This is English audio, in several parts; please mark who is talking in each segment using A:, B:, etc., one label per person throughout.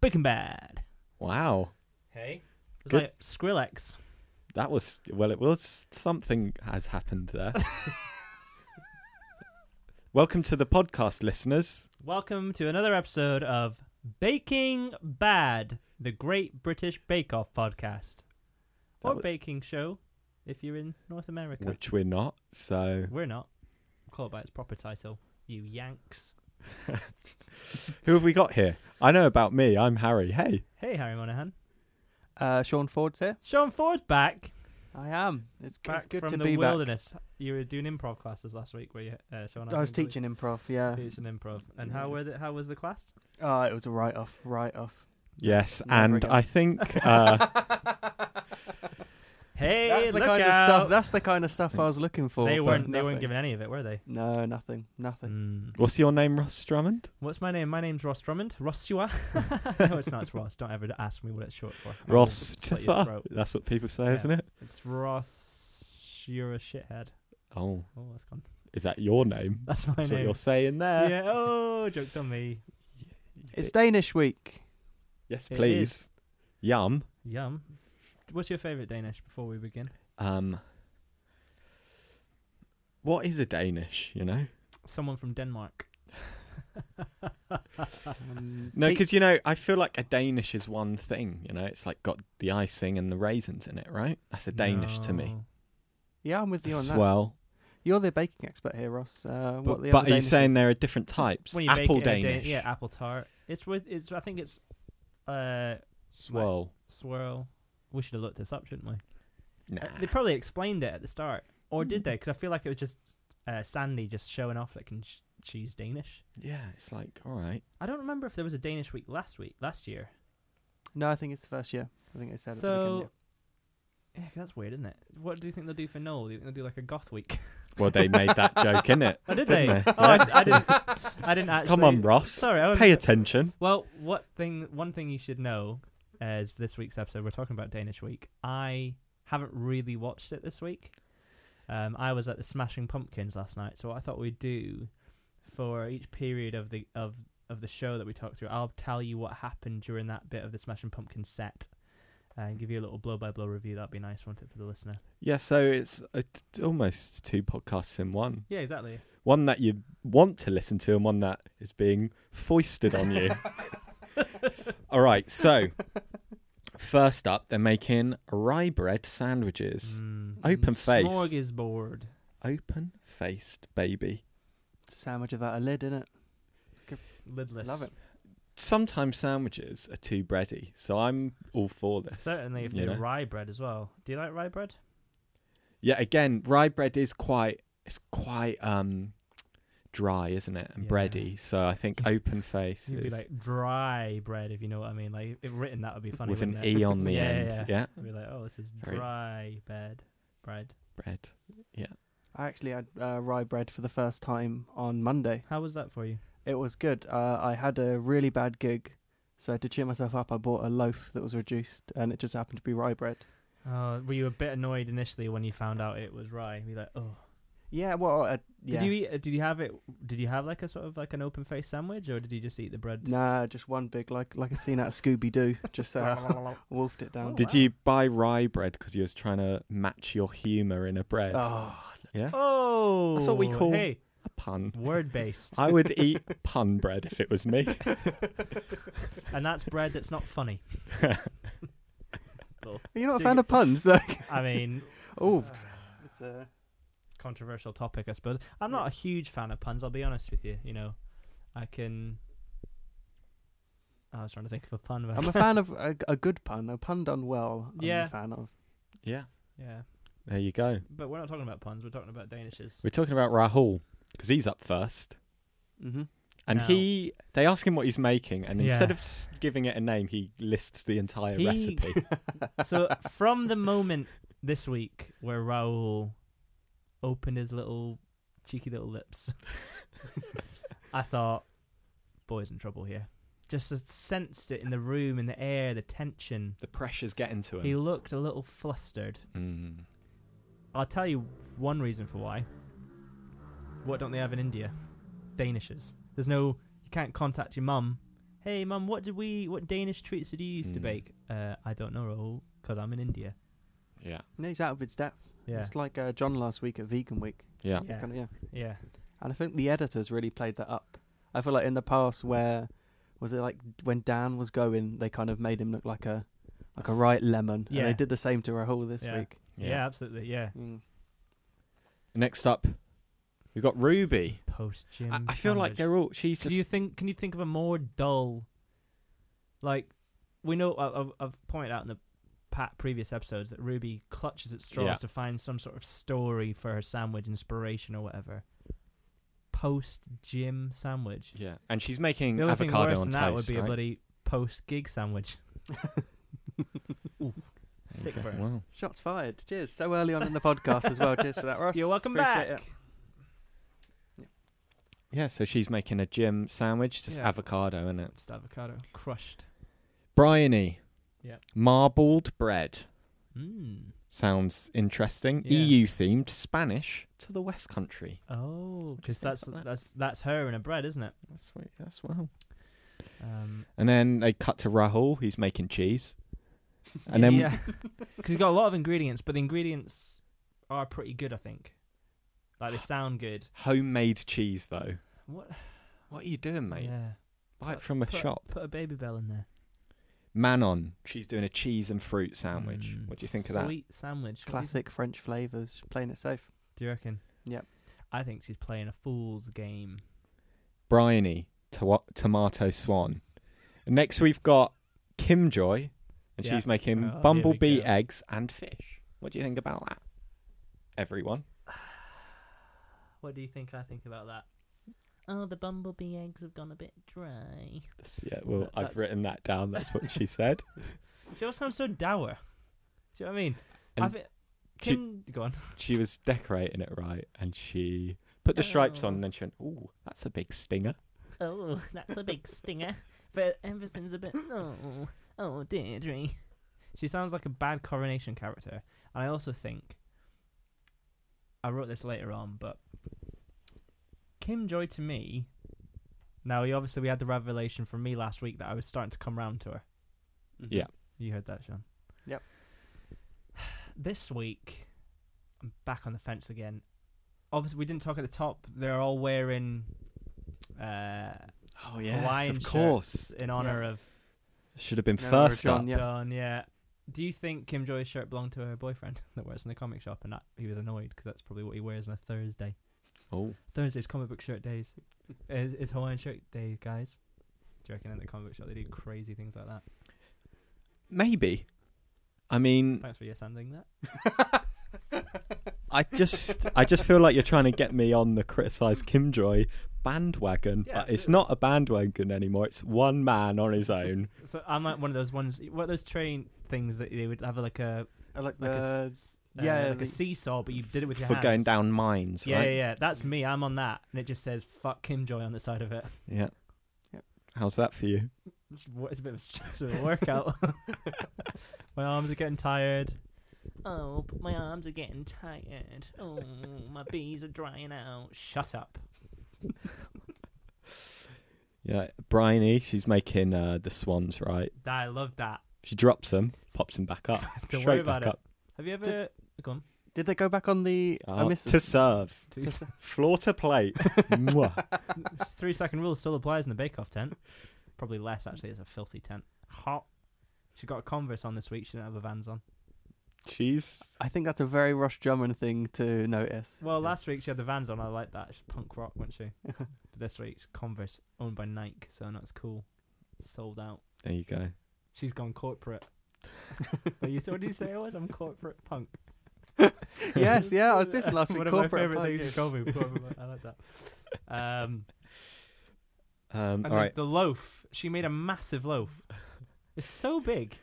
A: Bacon Bad.
B: Wow.
A: Hey. It was
B: Good.
A: like Skrillex.
B: That was well. It was something has happened there. Welcome to the podcast, listeners.
A: Welcome to another episode of Baking Bad, the Great British Bake Off podcast.
B: That
A: Or
B: wa-
A: baking show if you're in North America.
B: which we're not. So,
A: We're not. Call it by its proper title. You Yanks.
B: who have we got here? I know about me. I'm Harry. Hey,
A: Hey, Harry Monahan.
C: Uh, Sean Ford's here.
A: Sean Ford's back.
C: I am. It's,
A: Back
C: it's good
A: from
C: to
A: the
C: be back.
A: wilderness. You were doing improv classes last week, were you, uh, Sean?
C: I was
A: think,
C: teaching uh, improv,
A: were
C: yeah.
A: you? Teaching improv. And how were the, how was the class?
C: Oh, it was a write off, write off.
B: yes,
C: Never
B: and
C: again.
B: I think uh,
A: Hey,
C: that's the
A: look
C: kind
A: out.
C: of stuff. That's the kind of stuff I was looking for.
A: They
C: but
A: weren't. They weren't
C: nothing.
A: given any of it, were they?
C: No, nothing, nothing.
A: Mm.
B: what's your name, Ross Drummond?
A: What's my name? My name's Ross Drummond. Rossua. no, it's not. It's Ross. Don't ever ask me what it's short for. I will
B: Ross
A: slit your
B: Tiffa.
A: throat.
B: That's what people say,
A: Yeah.
B: isn't it?
A: It's Ross. You're a shithead.
B: Oh,
A: Oh, that's gone.
B: is that your name?
A: That's my
B: That's what
A: name.
B: you're saying there.
A: yeah. Oh, jokes on me. Mm.
C: It's Danish week.
B: Yes,
A: It
B: please. Yum.
A: Yum. What's your favourite Danish? Before we begin,
B: Um, what is a Danish? You know.
A: someone from Denmark.
C: Um,
B: No,
C: Pete-
B: because you know, I feel like a Danish is one thing. You know, it's like got the icing and the raisins in it, right? That's a Danish to me.
A: No.
C: yeah, I'm with you on that.
B: Swell.
C: You're the baking expert here, Ross. Uh,
B: But,
C: what the
B: but
C: other
B: are you
C: Danish-
B: saying there are different types?
A: When you bake
B: Apple
A: it in a Dan-
B: Danish.
A: yeah, apple tart. It's with. It's. I think it's. Uh,
B: Swell.
A: swirl. We should have looked this up, shouldn't we?
B: Nah. Mm.
A: Uh, They probably explained it at the start, or did they? Because I feel like it was just uh, Sandy just showing off that can sh- choose Danish.
B: Yeah, it's like, all right.
A: I don't remember if there was a Danish week last week, last year.
C: No, I think it's the first year. I think I said. at the
A: So-
C: beginning.
A: Yeah, 'cause that's weird, isn't it? What do you think they'll do for Noel? Do you think they'll do like a goth week?
B: Well, they made that joke, innit?
A: Oh, did
B: Didn't
A: they?
B: they?
A: Oh, I, I didn't. I didn't actually.
B: Come on, Ross.
A: Sorry, I was-
B: Pay attention.
A: Well, what thing? One thing you should know as for this week's episode, we're talking about Danish Week. I haven't really watched it this week. Um, I was at the Smashing Pumpkins last night, so what I thought we'd do for each period of the of of the show that we talked through, I'll tell you what happened during that bit of the Smashing Pumpkins set, uh, and give you a little blow by blow review. That'd be nice, wouldn't it, for the listener?
B: Yeah, so it's uh, t- almost two podcasts in one.
A: Yeah, exactly.
B: One that you want to listen to, and one that is being foisted on you. all right, so first up, they're making rye bread
A: Mm.
B: sandwiches. Open face.
A: Smorgasbord.
B: Open faced, baby.
C: sandwich without a lid in it.
A: Lidless.
C: Love it.
B: Sometimes sandwiches are too bready, so I'm all for this.
A: Certainly, if
B: you
A: they're
B: know?
A: rye bread as well. Do you like rye bread?
B: Yeah, again, rye bread is quite it's quite um dry, isn't it? And
A: Yeah.
B: bready. So I think open face
A: It'd be
B: is
A: like dry bread, if you know what I mean. Like if written, that would be funny.
B: with an
A: wouldn't it?
B: E on the
A: Yeah,
B: end.
A: yeah,
B: yeah.
A: It'd be like, oh, this is
B: Very-
A: dry bed bread.
B: Bread.
C: I actually had uh, rye bread for the first time on Monday.
A: How was that for you?
C: It was good. Uh, I had a really bad gig, so to cheer myself up, I bought a loaf that was reduced, and it just happened to be rye bread.
A: Oh, were you a bit annoyed initially when you found out it was rye? Be like, oh,
C: Yeah, well, uh, yeah.
A: did you eat? Did you have it? Did you have like a sort of like an open face sandwich, or did you just eat the bread?
C: Nah, just one big, like like a scene out of Scooby Doo. Just uh, wolfed it down.
A: Oh,
B: Did
A: wow.
B: you buy rye bread because you was trying to match your humour in a bread?
C: Oh,
B: yeah,
A: Oh,
B: That's what we call-
A: Hey,
B: a pun.
A: word based,
B: I would eat pun bread if it was me.
A: and that's bread that's not funny.
C: you're not a
A: Dig
C: fan
A: it.
C: of puns. Like,
A: I mean,
C: oh, it's, uh,
A: controversial topic, I suppose. I'm not a huge fan of puns. I'll be honest with you. You know, I can. I was trying to think of a pun. But
C: I'm a fan of a, a good pun. A pun done well. I'm
A: Yeah.
C: a fan of.
B: yeah,
A: yeah,
B: there you go.
A: but we're not talking about puns. We're talking about Danishes.
B: We're talking about Rahul because he's up first.
C: Mm-hmm.
B: And
A: Now-
B: he, they ask him what he's making, and
A: Yeah.
B: instead of s- giving it a name, he lists the entire
A: He-
B: recipe.
A: so from the moment this week where Raoul opened his little cheeky little lips, I thought, boy's in trouble here. Just I sensed it in the room, in the air, the tension.
B: the pressure's getting to him.
A: He looked a little flustered.
B: Mm.
A: I'll tell you one reason for why. What don't they have in India? Danishes. There's no. You can't contact your mum. Hey, mum, what did we? What Danish treats did you used to
B: Mm.
A: bake? Uh, I don't know, Raoul, because I'm in India.
B: Yeah,
C: No, he's out of his depth.
A: Yeah.
C: It's like uh, John last week at Vegan Week.
B: yeah,
A: Yeah.
C: Kinda, yeah.
A: Yeah.
C: And I think the editors really played that up. I feel like in the past where was it like when Dan was going, they kind of made him look like a like a right lemon. And
A: Yeah.
C: they did the same to Rahul this
A: Yeah.
C: week.
A: Yeah, absolutely. Yeah.
C: Mm.
B: Next up, we've got Ruby.
A: Post gym.
B: I, I feel like they're all. She's
A: Can
B: just
A: you think? Can you think of a more dull? Like, we know I- I've, I've pointed out in the pat previous episodes that Ruby clutches at straws
B: Yeah.
A: to find some sort of story for her sandwich, inspiration or whatever. Post gym sandwich.
B: yeah, and she's making
A: The only thing
B: avocado
A: worse
B: on
A: than
B: toast.
A: that would be a
B: right?
A: bloody post gig sandwich. Ooh, sick
B: Okay,
A: burn.
B: Wow.
C: Shots fired. Cheers. So early on in the podcast as well. Cheers for that, Ross.
A: You're welcome
C: Appreciate
A: back.
C: it.
B: Yeah, so she's making a gym sandwich, just
A: Yeah.
B: avocado in it.
A: Just avocado crushed.
B: Bryony.
A: Yeah.
B: Marbled bread.
A: Mm.
B: Sounds interesting.
A: Yeah.
B: EU themed Spanish to the West Country.
A: Oh, because
B: Think
A: that's
B: about that.
A: that's that's her in a bread, isn't it?
B: That's what, that's wow.
A: Um,
B: And then they cut to Rahul. He's making cheese. And then
A: yeah, because he's got a lot of ingredients, but the ingredients are pretty good, I think. Like they sound good.
B: homemade cheese though.
A: What,
B: What are you doing, mate?
A: Yeah,
B: Buy it from a
A: put,
B: shop.
A: Put a baby bell in there.
B: Manon. She's doing a cheese and fruit sandwich.
A: Mm,
B: What do you think
A: sweet
B: of that?
A: sandwich. What do you-
C: Classic French flavours, playing it safe.
A: Do you reckon?
C: Yep.
A: I think she's playing a fool's game.
B: Bryony. To- tomato swan. And next we've got Kim Joy, and
A: Yeah.
B: she's making
A: Oh, here we
B: bumblebee
A: go.
B: eggs and fish. What do you think about that? Everyone.
A: What do you think? I think about that. Oh, the bumblebee eggs have gone a bit dry.
B: Yeah, well,
A: That-
B: I've
A: that's-
B: written that down. That's what she said.
A: She all sounds so dour. Do you know what I mean? I
B: And
A: think.
B: she-
A: Kim, go on.
B: she was decorating it right and she put the stripes on and then she went, Ooh, that's a big stinger.
D: Oh, that's a big stinger. But everything's a bit. Oh, oh, Deirdre.
A: She sounds like a bad coronation character. And I also think I wrote this later on, but Kim Joy to me. Now, we- obviously, we had the revelation from me last week that I was starting to come round to her.
B: Yeah.
A: You heard that, Sean.
C: Yep.
A: This week, I'm back on the fence again. Obviously, we didn't talk at the top. They're all wearing uh,
B: Oh
A: Hawaiian
B: of course.
A: shirts in honor of
B: Should have been
C: No, no,
B: first
C: John,
B: up.
C: Yeah.
A: John, yeah. Do you think Kim Joy's shirt belonged to her boyfriend that works in the comic shop and that he was annoyed because that's probably what he wears on a Thursday?
B: Oh.
A: Thursday's comic book shirt days. It's, it's Hawaiian shirt day, guys. Do you reckon in the comic book shop they do crazy things like that?
B: Maybe. I mean,
A: Thanks for yes ending that.
B: I just I just feel like you're trying to get me on the criticize Kim Joy bandwagon,
A: Yeah,
B: but it's
A: absolutely.
B: not a bandwagon anymore. It's one man on his own.
A: So I'm like one of those ones, what are those train things that they would have like a
C: I like
A: like a,
C: the
A: s- uh,
C: yeah,
A: like
C: the-
A: a seesaw, but you did it with your
B: for
A: hands.
B: going down mines,
A: Yeah,
B: right?
A: yeah, yeah. That's me. I'm on that, and it just says "fuck Kim Joy" on the side of it.
B: Yeah.
C: Yep.
B: How's that for you?
A: It's wo- it's a bit of a, stress of a workout. My arms are getting tired.
D: Oh, but my arms are getting tired. Oh, my bees are drying out.
A: Shut up.
B: Yeah, Bryony, she's making uh, the swans right.
A: I love that.
B: She drops them, pops them back up,
A: Don't
B: straight
A: worry
B: back
A: about it.
B: up.
A: Have you ever gone?
C: Did they go back on the I
B: Uh,
C: missed
B: to
C: this.
B: serve,
A: Two,
B: floor to plate. Mwah.
A: three second rule still applies in the Bake Off tent. Probably less actually. It's a filthy tent. Hot. She got a Converse on this week. She didn't have her Vans on.
B: She's
C: I think that's a very Rush Drummond thing to notice.
A: Well, last week she had the Vans on. I like that. She's punk rock, wasn't she? but this week, she's Converse owned by Nike, so that's cool. Sold out.
B: there. You go.
A: She's gone corporate. What you- what did you say it was? I'm corporate punk.
C: yes, yeah, I was listening last week.
A: One of my
C: corporate
A: favourite
C: punk.
A: things you told me. corporate punk, I like that. Um,
B: Um,
A: And
B: all
A: the-
B: right.
A: the loaf, she made a massive loaf. It's so big.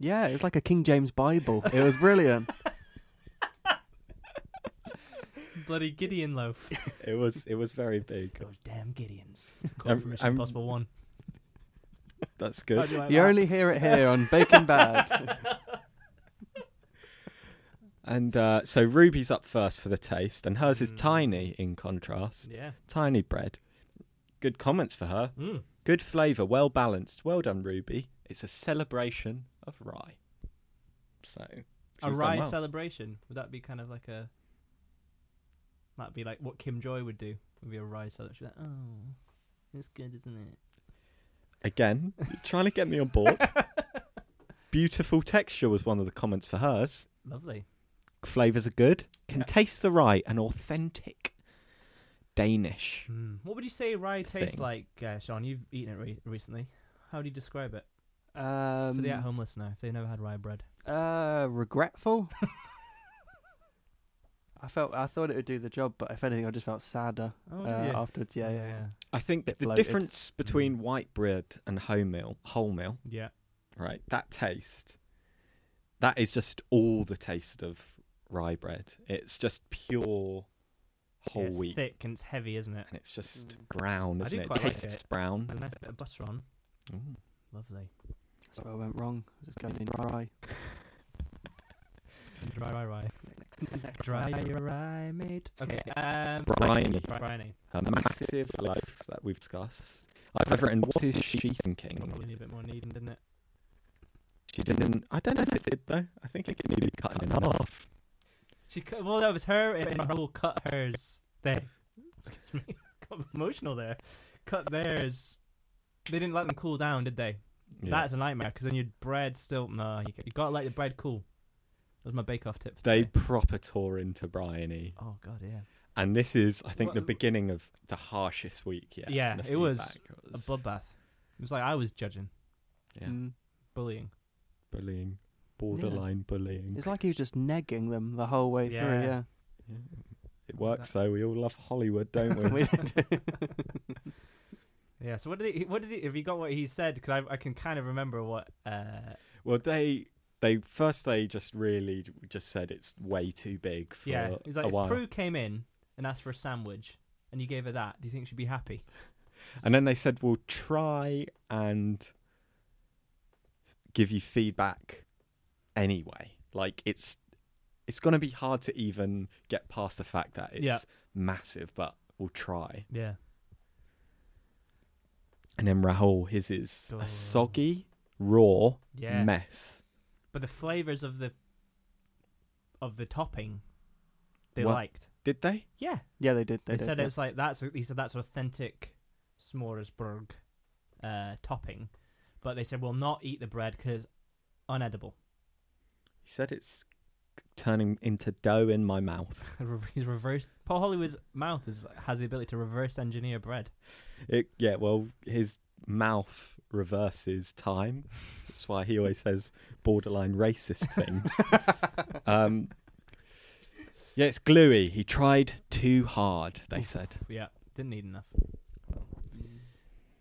C: Yeah, it was like a King James Bible. It was brilliant.
A: Bloody Gideon loaf.
B: It was it was very big.
A: Those damn Gideons. It's a
B: I'm-
A: quote from Mission
B: I'm-
A: Impossible 1.
B: That's
A: How
B: good.
A: do you like
C: you
A: that?
C: only hear it here on Bacon Bad.
B: And uh, so Ruby's up first for the taste, and hers is
A: Mm.
B: tiny in contrast.
A: Yeah.
B: Tiny bread. Good comments for her.
A: Mm.
B: Good flavour, well balanced. Well done, Ruby. It's a celebration of rye. So she's
A: A
B: done
A: rye
B: well.
A: celebration. Would that be kind of like a. That'd be like what Kim Joy would do. Would be a rye celebration.
D: Oh, it's good, isn't it?
B: Again, you're trying to get me on board. Beautiful texture was one of the comments for hers.
A: Lovely.
B: Flavours are good. Can
A: Yeah.
B: taste the rye, an authentic Danish.
A: Mm. What would you say rye tastes
B: Thing.
A: like, uh, Sean? You've eaten it re- recently. How do you describe it
C: Um,
A: for the at-home listener if they've never had rye bread?
C: Uh, regretful. I felt I thought it would do the job, but if anything, I just felt sadder
A: Oh,
C: uh, afterwards. Yeah, yeah, yeah.
B: I think
C: Bit
B: the
C: bloated.
B: difference between white bread and wholemeal, wholemeal,
A: yeah.
B: right? That taste, that is just all the taste of rye bread. It's just pure whole
A: it's
B: wheat,
A: thick and it's heavy, isn't it?
B: and it's just
C: Mm.
B: brown,
A: I
B: isn't
A: do
B: it?
A: quite like
B: tastes
A: it.
B: brown. Mm.
A: A nice bit of butter on.
B: Ooh.
A: Lovely.
C: That's where I went wrong. I was just going in dry.
A: Dry, dry, rye. Dry your rye, mate. Okay. Um,
B: Briny,
A: dry, briny.
B: a massive loaf that we've discussed. I've written, what is she thinking?
A: Probably need a bit more kneading, didn't it?
B: She didn't. I don't know if it did though. I think it needed cutting in half.
A: She cut, well, that was her, and Raoul cut hers. There. Excuse me. Got emotional there. Cut theirs. They didn't let them cool down, did they?
B: Yeah.
A: That's a nightmare because then your bread still. No, you, you gotta let the bread cool. That was my bake off tip. for
B: They
A: today.
B: proper tore into Bryony,
A: Oh god, yeah.
B: and this is, I think, the
A: Well-
B: beginning of the harshest week yet.
A: Yeah,
B: The
A: it was
B: feedback
A: A bloodbath. It was like I was judging,
B: Yeah.
C: Mm.
A: bullying.
B: bullying, borderline bullying.
C: It's like he was just negging them the whole way
A: Yeah.
C: through. Yeah.
B: Yeah. It works though. We all love Hollywood, don't we?
C: We did.
A: Yeah. So what did he? What did he? Have you got what he said? Because I, I can kind of remember what. Uh,
B: Well, they they first they just really just said it's way too big for
A: yeah. He's like,
B: a
A: if
B: while,
A: Prue came in and asked for a sandwich, and you gave her that. Do you think she'd be happy?
B: and then they said we'll try and give you feedback anyway. Like it's it's going to be hard to even get past the fact that it's
A: Yeah.
B: massive, but we'll try.
A: Yeah.
B: And then Rahul, his is
A: Oh.
B: a soggy, raw
A: Yeah.
B: mess.
A: But the flavors of the of the topping, they
B: What?
A: liked.
B: Did they?
A: Yeah.
C: yeah, they did. They,
A: They,
C: did,
A: said
C: yeah.
A: it was like that's. He said that's authentic Smorgasburg uh, topping, but they said we'll not eat the bread because unedible.
B: He said it's turning into dough in my mouth.
A: He's reverse. Paul Hollywood's mouth is, has the ability to reverse engineer bread.
B: It, yeah, well, his mouth reverses time. That's why he always says borderline racist things. um, yeah, it's gluey. He tried too hard, they said.
A: Yeah, didn't need enough.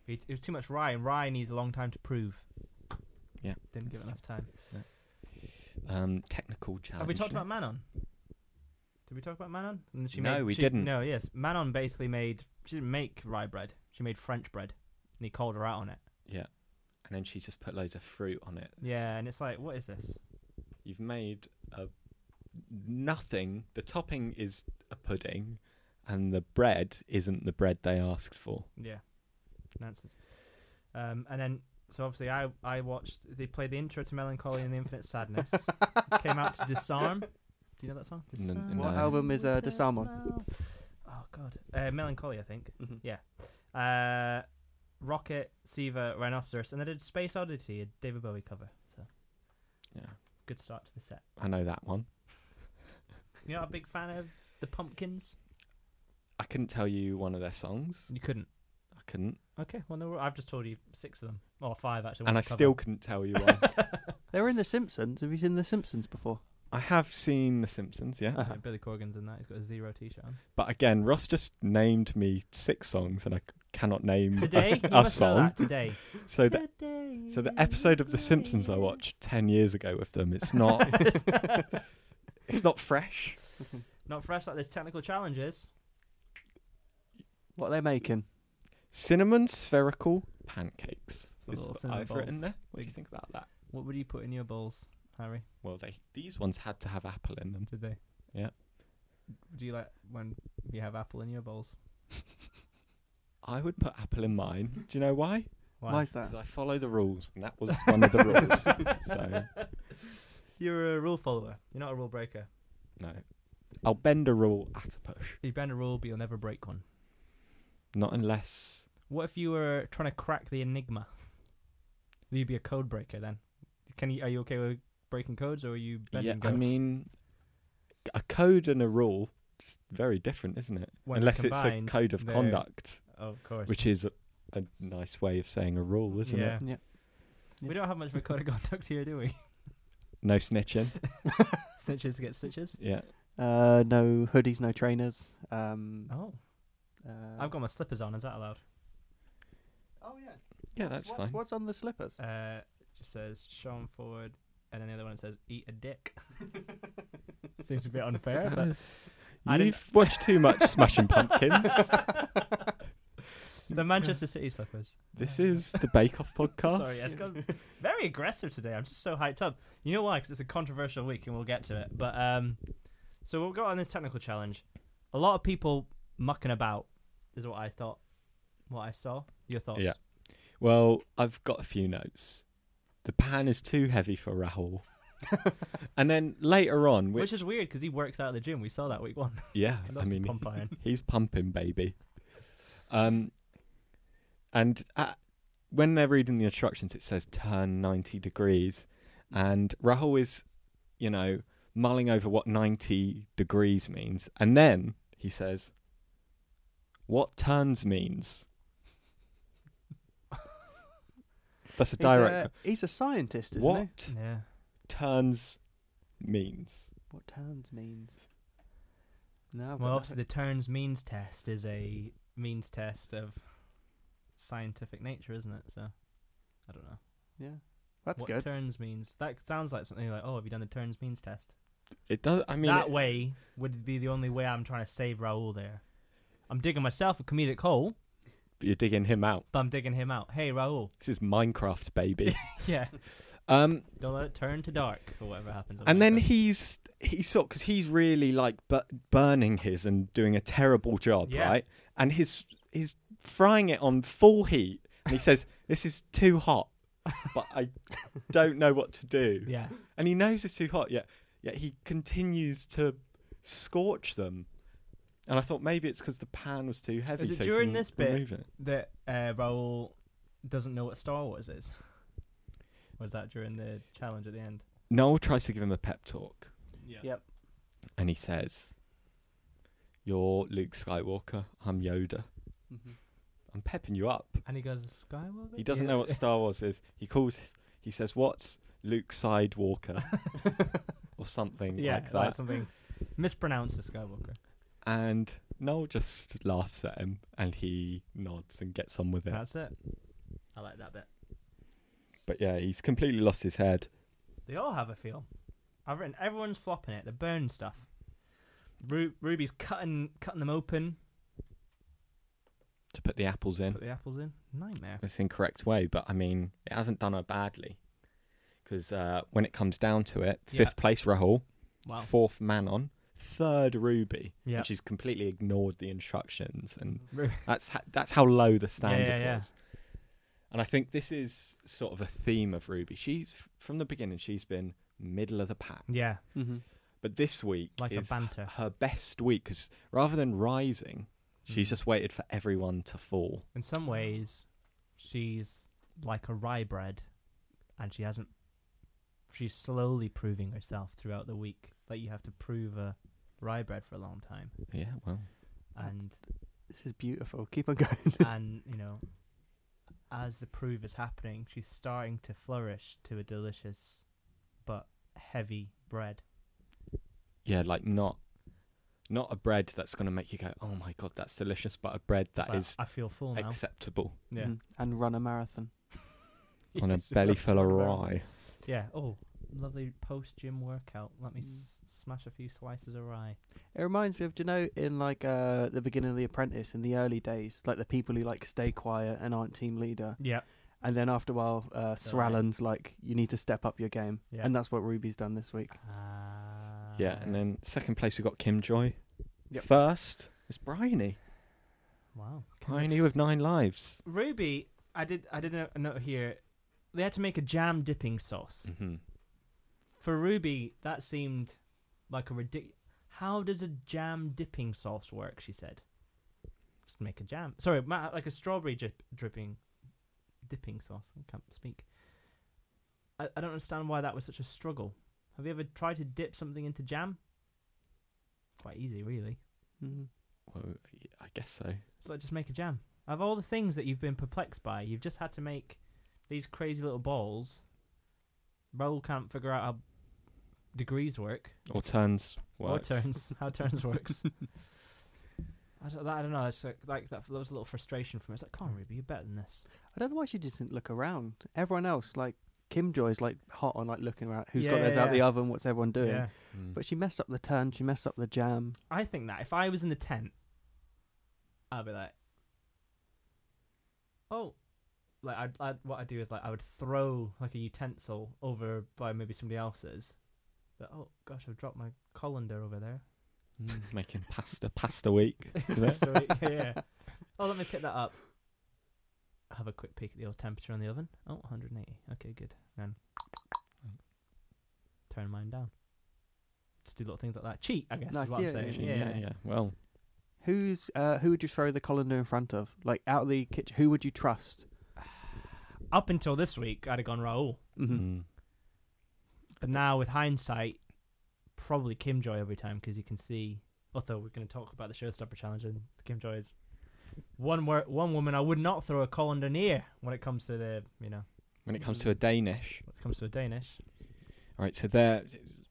A: It, it was too much rye, and rye needs a long time to prove.
B: Yeah.
A: didn't give it enough time.
B: Um, technical challenge.
A: Have we talked about
B: next.
A: Manon? Did we talk about Manon? And
B: No, we
A: she-
B: didn't.
A: No, yes, Manon basically made. She didn't make rye bread. She made French bread, and he called her out on it.
B: And then she's just put loads of fruit on it.
A: Yeah, and it's like, what is this?
B: You've made a nothing. The topping is a pudding, and the bread isn't the bread they asked for.
A: Yeah, nonsense. Um, and then so obviously I I watched they played the intro to Melancholy and the Infinite Sadness. Came out to Disarm. Do you know that song?
B: N-
A: Disarm
B: no.
C: What album is uh,
A: with a
C: Disarm on?
A: smile. Oh God, uh, Melancholy I think.
C: Mhm.
A: Uh, Rocket, Siva, Rhinoceros, and they did Space Oddity, a David Bowie cover. So
B: Yeah,
A: good start to the set.
B: I know that one.
A: You know, I'm a big fan of the Pumpkins.
B: I couldn't tell you one of their songs.
A: You couldn't.
B: I couldn't,
A: Okay, well no, I've just told you six of them or five actually.
B: and I
A: one's a cover.
B: still couldn't tell you one.
C: They were in The Simpsons. Have you seen The Simpsons before?
B: I have seen The Simpsons, yeah,
A: Yeah, Billy Corgan's in that. He's got a zero T-shirt on.
B: but again, Ross just named me six songs, and I c- cannot name
A: Today, you
B: a, a
A: must know
B: song.
A: that today.
B: So the so the episode of The Simpsons I watched ten years ago with them, it's not it's not fresh.
A: Not fresh like there's technical challenges.
C: What are they making?
B: Cinnamon spherical pancakes.
A: So
B: Is
A: little
B: what
A: cinnamon
B: I've written
A: balls.
B: there. What do you
A: Big.
B: think about that?
A: What would you put in your bowls, Harry?
B: Well, they these ones had to have apple in them.
A: Did they?
B: Yeah.
A: Do you like when you have apple in your bowls?
B: I would put apple in mine. Do you know why?
A: Uh.
C: Why is that?
B: Because I follow the rules, and that was one of the rules. So
A: You're a rule follower. You're not a rule breaker.
B: no, I'll bend a rule at a push.
A: You bend a rule, but you'll never break one.
B: Not unless
A: What if you were trying to crack the enigma? You'd be a code breaker then. Can you? Are you okay with breaking codes, or are you bending
B: yeah, I
A: codes?
B: mean, a code and a rule is very different, isn't it?
A: When
B: Unless it's a
A: combined,
B: code of
A: they're-
B: conduct,
A: of course.
B: which is a, a nice way of saying a rule, isn't
A: yeah.
B: it?
C: Yeah.
A: We don't have much of a code of conduct here, do we?
B: No snitching.
A: Snitches get stitches.
B: yeah.
C: Uh, no hoodies, no trainers. Um,
A: Oh,
C: uh,
A: I've got my slippers on. Is that allowed?
C: Oh yeah.
B: Yeah, that's
C: what's,
B: fine.
C: What's on the slippers?
A: Uh, it just says Sean Forward, and then the other one says Eat a Dick. Seems a bit unfair,
B: That
A: but
B: is-
A: I didn't-
B: You've watched too much Smashing Pumpkins.
A: the Manchester City slippers.
B: This
A: Oh, yeah.
B: is the Bake Off podcast.
A: Sorry, it's got very aggressive today. I'm just so hyped up. You know why? Because it's a controversial week, and we'll get to it. But um, so we'll go on this technical challenge. A lot of people mucking about is what I thought. What I saw. Your thoughts?
B: Yeah. Well, I've got a few notes. The pan is too heavy for Rahul. and then later on,
A: Which,
B: which,
A: is weird because he works out at the gym. We saw that week one.
B: yeah, I
A: Loves to
B: mean,
A: pump iron.
B: he's pumping, baby. Um, and uh when they're reading the instructions, it says turn ninety degrees, and Rahul is, you know, mulling over what ninety degrees means, and then he says, "What turns means." That's a
C: He's a-
B: direct.
C: He's a, scientist, isn't he?
B: what
A: Yeah.
B: turns means?
C: What turns means? No, I've got
A: Well,
C: nothing.
A: obviously, the turns means test is a means test of scientific nature, isn't it? So, I don't know.
C: yeah, that's
A: what
C: good.
A: turns means? That sounds like something like, oh, have you done the turns means test?
B: It does. I mean,
A: that
B: it-
A: way would be the only way I'm trying to save Raoul there. I'm digging myself a comedic hole,
B: you're digging him out.
A: but I'm digging him out. Hey, Raoul.
B: This is Minecraft, baby.
A: Yeah.
B: um,
A: don't let it turn to dark or whatever happens. on
B: and then
A: Minecraft.
B: he's he's sort because he's really like bu- burning his and doing a terrible job,
A: Yeah.
B: right? And his he's frying it on full heat, and he says, "This is too hot, but I don't know what to do."
A: Yeah.
B: And he knows it's too hot, yet yet he continues to scorch them. And I thought maybe it's because the pan was too heavy.
A: Is it
B: so he
A: during
B: couldn't
A: this bit?
B: remove it.
A: That uh, Raoul doesn't know what Star Wars is. Was that during the challenge at the end?
B: Noel tries to give him a pep talk,
A: Yeah.
C: Yep.
B: and he says, "You're Luke Skywalker. I'm Yoda.
C: Mm-hmm.
B: I'm pepping you up."
A: And he goes, Skywalker?
B: He doesn't know what Star Wars is. He calls. He says, "What's Luke Sidewalker?" or something
A: yeah,
B: like that.
A: like something. Mispronounces Skywalker.
B: And Noel just laughs at him, and he nods and gets on with it.
A: That's it. I like that bit.
B: But yeah, he's completely lost his head.
A: They all have a feel. I've written everyone's flopping it. They're burning stuff. Ru- Ruby's cutting cutting them open.
B: To put the apples in,
A: Put the apples in. Nightmare.
B: it's incorrect way, but I mean, it hasn't done her badly. Because uh, when it comes down to it,
A: Yeah.
B: fifth place Rahul,
A: Wow.
B: fourth Manon, third Ruby,
A: Yeah.
B: and she's completely ignored the instructions, and
A: Ru-
B: that's ha- that's how low the standard
A: yeah, yeah.
B: was. And I think this is sort of a theme of Ruby. She's from the beginning; she's been middle of the pack,
A: yeah,
C: hmm
B: but this week
A: like a
B: is
A: banter.
B: her best week because rather than rising, she's
A: Mm.
B: just waited for everyone to fall.
A: In some ways, she's like a rye bread, and she hasn't. She's slowly proving herself throughout the week. Like you have to prove a rye bread for a long time,
B: Yeah, well,
C: That's-
A: and
C: This is beautiful. Keep on going.
A: and you know, as the prove is happening, she's starting to flourish to a delicious, but heavy bread.
B: yeah, like not. Not a bread that's going to make you go, oh my god, that's delicious, but a bread that
A: It's
B: is
A: like, I feel full now.
B: acceptable
A: yeah.
C: Mm. And run a marathon.
B: on a
A: Yes,
B: belly
A: that's
B: full of
A: what I'm about.
B: rye.
A: Yeah. Oh, lovely post gym workout. Let me s- smash a few slices of rye.
C: It reminds me of, do you know, in like uh, the beginning of The Apprentice, in the early days, like the people who like stay quiet and aren't team leader.
A: Yeah.
C: And then after a while, uh, Srallan's like, you need to step up your game.
A: Yeah.
C: And that's what Ruby's done this week.
A: Uh,
B: yeah,
A: Ah.
B: and then second place we got Kim Joy.
C: Yep.
B: First is Bryony.
A: wow.
B: Bryony with nine lives.
A: Ruby, I did. I did a note here. They had to make a jam dipping sauce
B: Mm-hmm.
A: for Ruby. That seemed like a ridiculous. How does a jam dipping sauce work? She said. Just make a jam. Sorry, ma- like a strawberry drip- dripping, dipping sauce. I can't speak. I, I don't understand why that was such a struggle. Have you ever tried to dip something into jam? Quite easy, really.
C: Mhm.
B: Well, y- I guess so.
A: It's like just make a jam. Of all the things that you've been perplexed by, you've just had to make these crazy little balls. Roll can't figure out how degrees work
B: Or turns. Works.
A: or turns, how turns works. I don't, I don't know. It's like, like that. There was a little frustration from it. It's like, come on, Ruby, you're better than this.
C: I don't know why she just didn't look around. Everyone else, like, Kim Joy's like hot on like looking around. Who's got
A: Yeah,
C: theirs out
A: yeah.
C: the oven? What's everyone doing?
B: Mm.
C: But she messed up the turn. She messed up the jam.
A: I think that if I was in the tent, I'd be like, oh, like I'd, I'd what I'd do is like I would throw like a utensil over by maybe somebody else's. But oh gosh, I've dropped my colander over there.
B: Mm, Making pasta, pasta week. Is it?
A: So, yeah, yeah. Oh, let me pick that up. Have a quick peek at the old temperature on the oven. Oh, 180. Okay, good. Then turn mine down. Just do little things like that. Cheat, I guess.
C: Nice,
A: is what
C: yeah,
A: I'm saying.
B: yeah, yeah, Well,
C: Who's uh, who would you throw the colander in front of? Like out of the kitchen, who would you trust?
A: up until this week, I'd have gone Raul.
C: Mhm.
B: mm.
A: But now, with hindsight, probably Kim Joy every time because you can see. Although we're going to talk about the Showstopper Challenge, and Kim Joy is one wor- one woman I would not throw a colander near when it comes to the you know
B: when it comes to a Danish.
A: when it comes to a Danish.
B: All right, so there.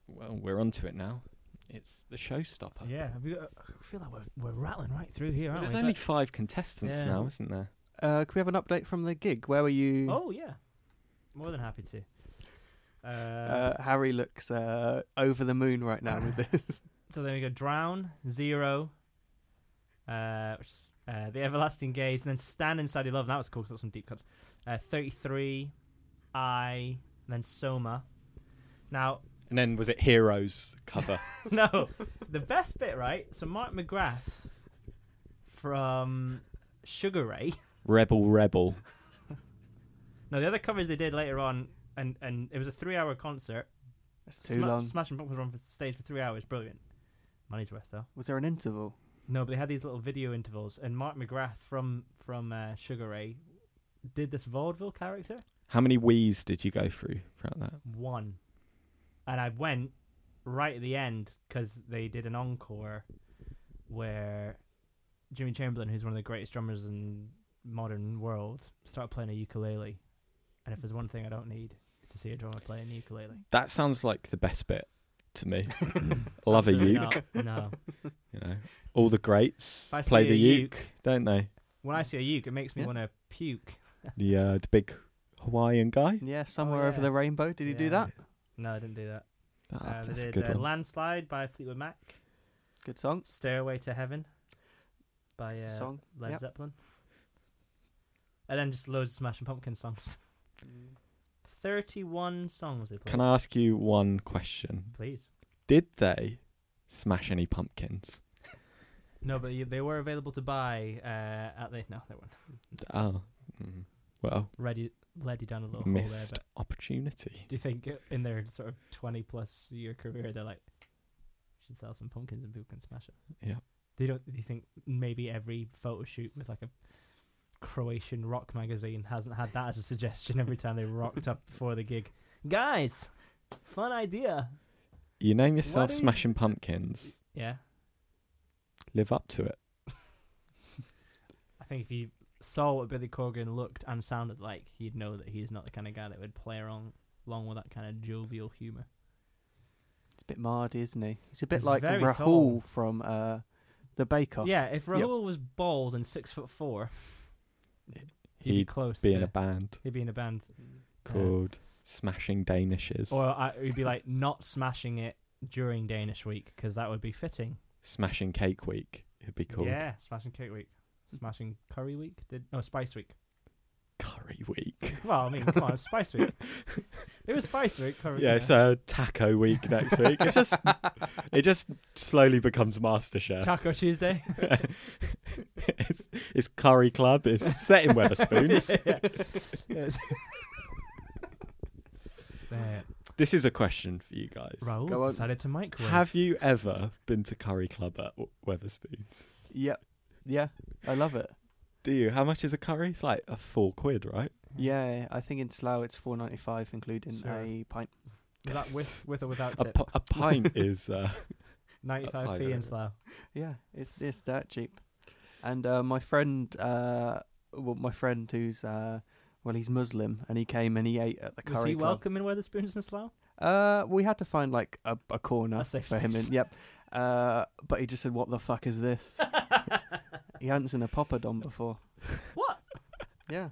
B: Well, we're onto it now. It's the showstopper.
A: Yeah, have you got, I feel like we're, we're rattling right through here,
B: Well,
A: aren't
B: there's
A: we?
B: only five contestants
A: Yeah.
B: now, isn't there?
C: Uh, can we have an update from the gig? Where were you?
A: oh yeah, more than happy to. Uh,
C: Uh, Harry looks uh, over the moon right now with this.
A: so then we go drown zero, uh, which is, uh, the everlasting gaze, and then stand inside your love. And that was cool because that's some deep cuts. Uh, Thirty-three, I, and then Soma. Now,
B: And then was it Heroes cover?
A: no, the best bit, right? So Mark McGrath from Sugar Ray.
B: Rebel, Rebel.
A: No, the other covers they did later on, and and it was a three-hour concert.
C: That's too
A: Sma-
C: long.
A: Smashing Pumpkins were on for stage for three hours. Brilliant. Money's worth though.
C: Was there an interval?
A: No, but they had these little video intervals, and Mark McGrath from from uh, Sugar Ray did this vaudeville character
B: How many Wii's did you go through throughout that?
A: one, and I went right at the end because they did an encore where Jimmy Chamberlain, who's one of the greatest drummers in modern world, started playing a ukulele. And if there's one thing I don't need, it's to see a drummer play a ukulele.
B: That sounds like the best bit to me. Love a
A: Absolutely
B: uke.
A: not. No.
B: You know, all the greats
A: If I
B: play
A: see
B: the
A: a
B: uke, don't they?
A: When I see a uke, it makes me
C: Yeah.
A: want to puke.
B: The uh, the big Hawaiian guy.
C: Yeah, somewhere over
A: yeah.
C: the rainbow. Did he do
A: Yeah.
C: that?
A: No, I didn't do that.
B: Ah,
A: Uh, they
B: that's a
A: did
B: good
A: uh,
B: one.
A: Landslide by Fleetwood Mac,
C: Good song.
A: Stairway to Heaven by
C: It's a
A: uh,
C: song.
A: Led
C: yep.
A: Zeppelin, and then just loads of Smashing Pumpkins songs. 31 songs they played.
B: Can I ask you one question?
A: Please.
B: Did they smash any pumpkins?
A: No, but you, they were available to buy uh, at the. No, they weren't.
B: Oh, mm. well,
A: Led you, led you down a little hole there,
B: missed
A: but
B: opportunity.
A: do you think i- in their sort of 20 plus year career, they're like, should sell some pumpkins and people can smash it?
B: Yeah.
A: They don't. Do you think maybe every photo shoot with like a Croatian rock magazine hasn't had that as a suggestion every time they rocked up before the gig? Guys, fun idea.
B: You name yourself
A: do you-
B: Smashing Pumpkins.
A: Yeah,
B: Live up to it.
A: I think if you saw what Billy Corgan looked and sounded like, you'd know that he's not the kind of guy that would play along along with that kind of jovial humor.
C: It's bit mardy, isn't he? He's a bit like
A: Very
C: Rahul
A: tall.
C: from uh, the Bake Off.
A: Yeah, if Rahul was bald and six foot four, he'd, be
B: He'd
A: close.
B: Be
A: to,
B: in a band
A: he'd be in a band. Yeah.
B: called Smashing Danishes.
A: Or I, it'd be like not smashing it during Danish week because that would be fitting.
B: Smashing Cake Week. It'd be called
A: Yeah, smashing cake week, smashing curry week. Did no spice week.
B: Curry Week.
A: Well, I mean, come on, spice week. It was spice week. Curry
B: Yeah, it's uh, Taco Week next week. It's just it just slowly becomes MasterChef.
A: Taco Tuesday.
B: it's, it's Curry Club. It's set in Weatherspoons.
A: Yeah. Yes. There.
B: This is a question for you guys.
A: Raoul's
C: Go on.
A: decided to microwave.
B: Have you ever been to Curry Club at W- Weatherspoons?
C: Yep. Yeah. I love it.
B: Do you? How much is a curry? It's like a four quid, right?
C: Yeah. I think in Slough it's four ninety five, including
A: Sure.
C: a pint.
A: Is that with with or without
B: A,
A: tip?
B: pi- a pint is uh, a
A: Ninety-five
B: fiver,
A: p in
B: isn't it?
A: Slough.
C: Yeah. It's it's that cheap. And uh, my friend, uh, well, my friend who's uh, well, he's Muslim, and he came and he ate at the
A: Was
C: curry
A: he
C: club.
A: welcome in Weatherspoons and Slough?
C: Uh, we had to find like a, a corner
A: A safe
C: for him.
A: space.
C: In, yep. Uh, but he just said, "What the fuck is this?" he hadn't seen a poppadom before.
A: What?
C: Yeah.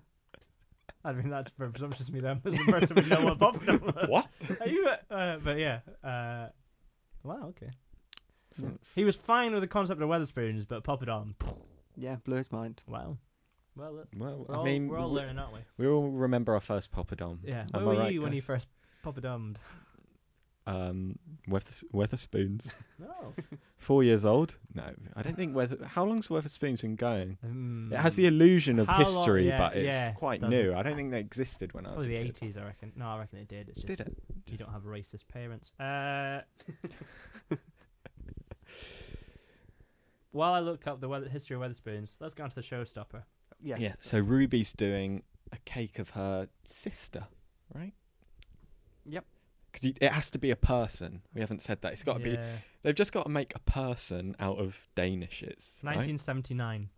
A: I mean, that's very presumptuous of me then. As a person with no one bothered him.
B: what?
A: Are you? Uh, but yeah. Uh, wow. Okay.
C: Yeah.
A: He was fine with the concept of Weatherspoons, but pop it on.
C: Yeah. Blew his mind.
A: Wow. Well, uh,
B: Well,
A: we're
B: I
A: all,
B: mean,
A: we're all
B: we,
A: learning, aren't we?
B: we all remember our first poppadom.
A: Yeah. Where
B: Am
A: were
B: I right,
A: you when you
B: guys?
A: first poppadomed?
B: um, Weathers- Weatherspoons.
A: No.
B: Four years old? No, I don't think. Weather- How long's Weatherspoons been going? It has
A: Mm,
B: the illusion of
A: How long-
B: history,
A: yeah,
B: but it's
A: yeah,
B: quite
A: doesn't-
B: new. I don't think they existed when I was
A: Probably the
B: a kid.
A: eighties, I reckon. No, I reckon it did. It's just
B: Did it?
A: you don't have racist parents. Uh, while I look up the weather, history of Weatherspoons, let's go on to the showstopper.
C: Yes.
B: Yeah. So Ruby's doing a cake of her sister, right?
C: Yep.
B: Because it has to be a person. We haven't said that. It's got to be.
A: Yeah.
B: They've just got to make a person out of Danishes. Right?
A: 1979.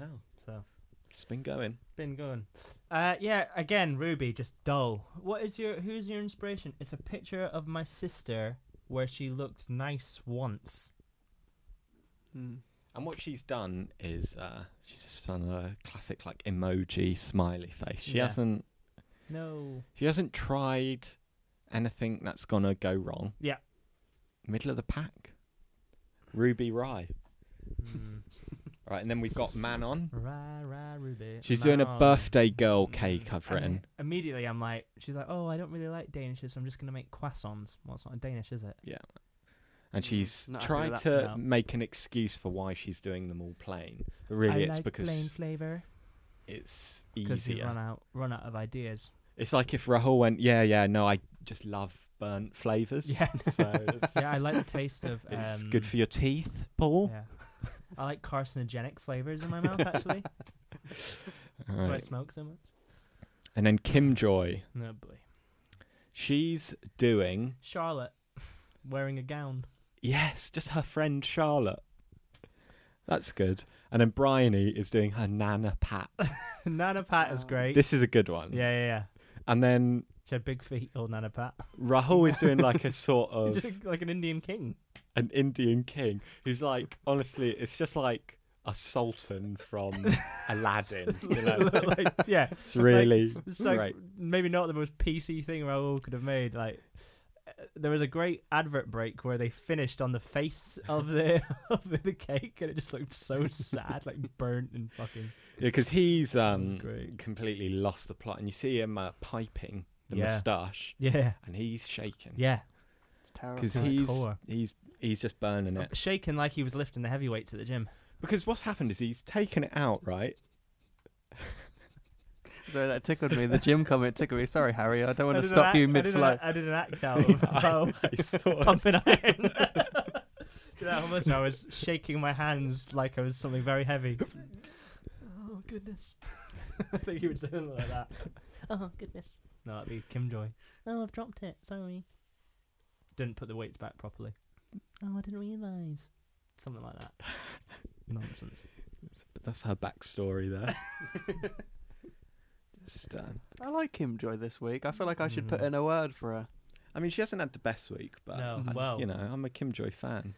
B: Wow.
A: So
B: It's been going.
A: been going. Uh, yeah, again, Ruby, just dull. What is your? Who's your inspiration? It's a picture of my sister where she looked nice once.
C: Mm.
B: And what she's done is uh, she's just done a classic like emoji smiley face. She
A: Yeah.
B: hasn't.
A: No.
B: She hasn't tried anything that's gonna go wrong.
A: Yeah.
B: Middle of the pack. Ruby Rye.
A: Mm.
B: Right, and then we've got Manon.
A: Rah, rah, Ruby.
B: She's doing a
A: Manon.
B: birthday girl
A: Mm.
B: cake I've
A: And
B: written.
A: Immediately, I'm like, she's like, oh, I don't really like Danishes, so I'm just gonna make croissants. Well, it's not a Danish, is it?
B: and
C: Mm,
B: she's
C: not happy
B: tried
C: with
B: to
A: that. No.
B: make an excuse for why she's doing them all plain. But really,
A: I
B: it's
A: like
B: because
A: plain flavor
B: it's
A: because you run
B: easier.
A: out run out of ideas.
B: It's like if Rahul went, yeah, yeah, no, I just love burnt flavors.
A: Yeah.
B: so it's,
A: Yeah, I like the taste of. Um,
B: it's good for your teeth, Paul.
A: Yeah. I like carcinogenic flavors in my mouth actually. That's why I
B: Alright.
A: smoke so much.
B: And then Kim Joy,
A: No boy.
B: she's doing
A: Charlotte wearing a gown.
B: yes, just her friend Charlotte. That's good. And then Bryony is doing her Nana Pat.
A: Nana Pat is
C: Um,
A: great.
B: This is a good one.
A: yeah, yeah, yeah.
B: And then
A: She had big feet, old Nana Pat.
B: Rahul is doing like a sort of
A: Just like- like an Indian king.
B: an Indian king who's like, honestly, it's just like a sultan from Aladdin. You know?
A: like, yeah.
B: it's really
A: It's like
B: great.
A: maybe not the most PC thing Raoul could have made. Like uh, there was a great advert break where they finished on the face of the of the cake and it just looked so sad, like burnt and fucking
B: Yeah, because he's um,
A: great.
B: completely lost the plot, and you see him uh, piping the
A: Yeah.
B: moustache,
A: Yeah.
B: and he's shaking
A: Yeah.
C: It's terrible.
B: because
A: that's
B: he's
A: cool.
B: he's he's just burning it.
A: Shaking like he was lifting the heavyweights at the gym.
B: Because what's happened is he's taken it out, right?
C: So that tickled me. The gym comment tickled me. Sorry, Harry. I don't want
A: I
C: to
A: did an
C: stop
A: act-
C: you
A: I did an
C: mid-flow.
A: act- I did an act out of Raoul
B: I saw it.
A: pumping iron. Did that almost I was shaking my hands like I was something very heavy.
D: Oh, goodness.
A: I think he would say something like that.
D: Oh, goodness.
A: No, that'd be Kim Joy.
D: Oh, I've dropped it. Sorry.
A: Didn't put the weights back properly.
D: Oh, I didn't realise.
A: Something like that. Nonsense.
B: That's her backstory there. uh, just, um,
C: I like Kim Joy this week. I feel like I should put
A: Mm.
C: in a word for her.
B: I mean, she hasn't had the best week, but
A: No,
B: I-
A: well.
B: you know, I'm a Kim Joy fan.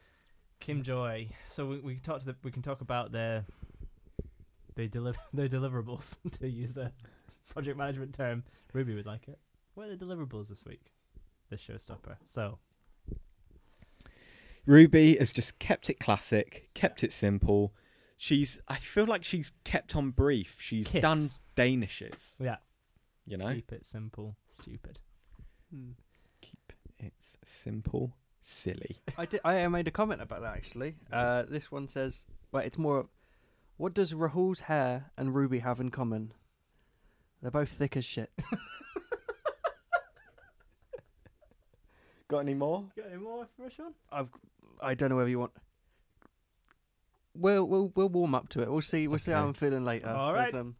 A: Kim Joy. So we we talk to the, we can talk about their their deliver their deliverables to use a project management term. Ruby would like it. What are the deliverables this week? The showstopper. So
B: Ruby has just kept it classic, kept it simple. She's, I feel like she's kept on brief. She's
A: Kiss.
B: done Danishes,
A: yeah,
B: you know.
A: keep it simple, stupid. Hmm.
B: Keep it simple, silly.
C: I did. I made a comment about that actually. Uh, this one says, "Well, it's more. What does Rahul's hair and Ruby have in common? They're both thick as shit."
B: Got any more?
A: Got any more for Sean?
C: I've. I don't know whether you want. We'll we'll we'll warm up to it. We'll see. We'll see how
B: Okay.
C: I'm feeling later.
A: All
C: There's,
A: right.
C: um,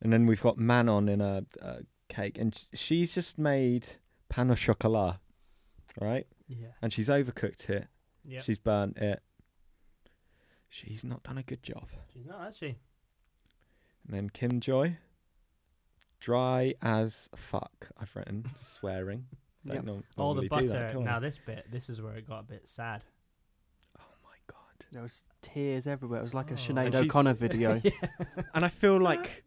B: And then we've got Manon in a, a cake, and sh- she's just made pan au chocolat, right?
A: Yeah.
B: And she's overcooked it.
A: Yeah.
B: She's burnt it. She's not done a good job.
A: She's not actually.
B: And then Kim Joy, dry as fuck. I've written swearing. Don't
C: Yep.
B: nor-
A: All the
B: normally do that,
A: butter.
B: do I?
A: Now this bit, this is where it got a bit sad.
B: Oh my god.
C: there was tears everywhere. It was like a
A: Oh.
C: Sinead
B: And she's-
C: O'Connor video.
B: And I feel like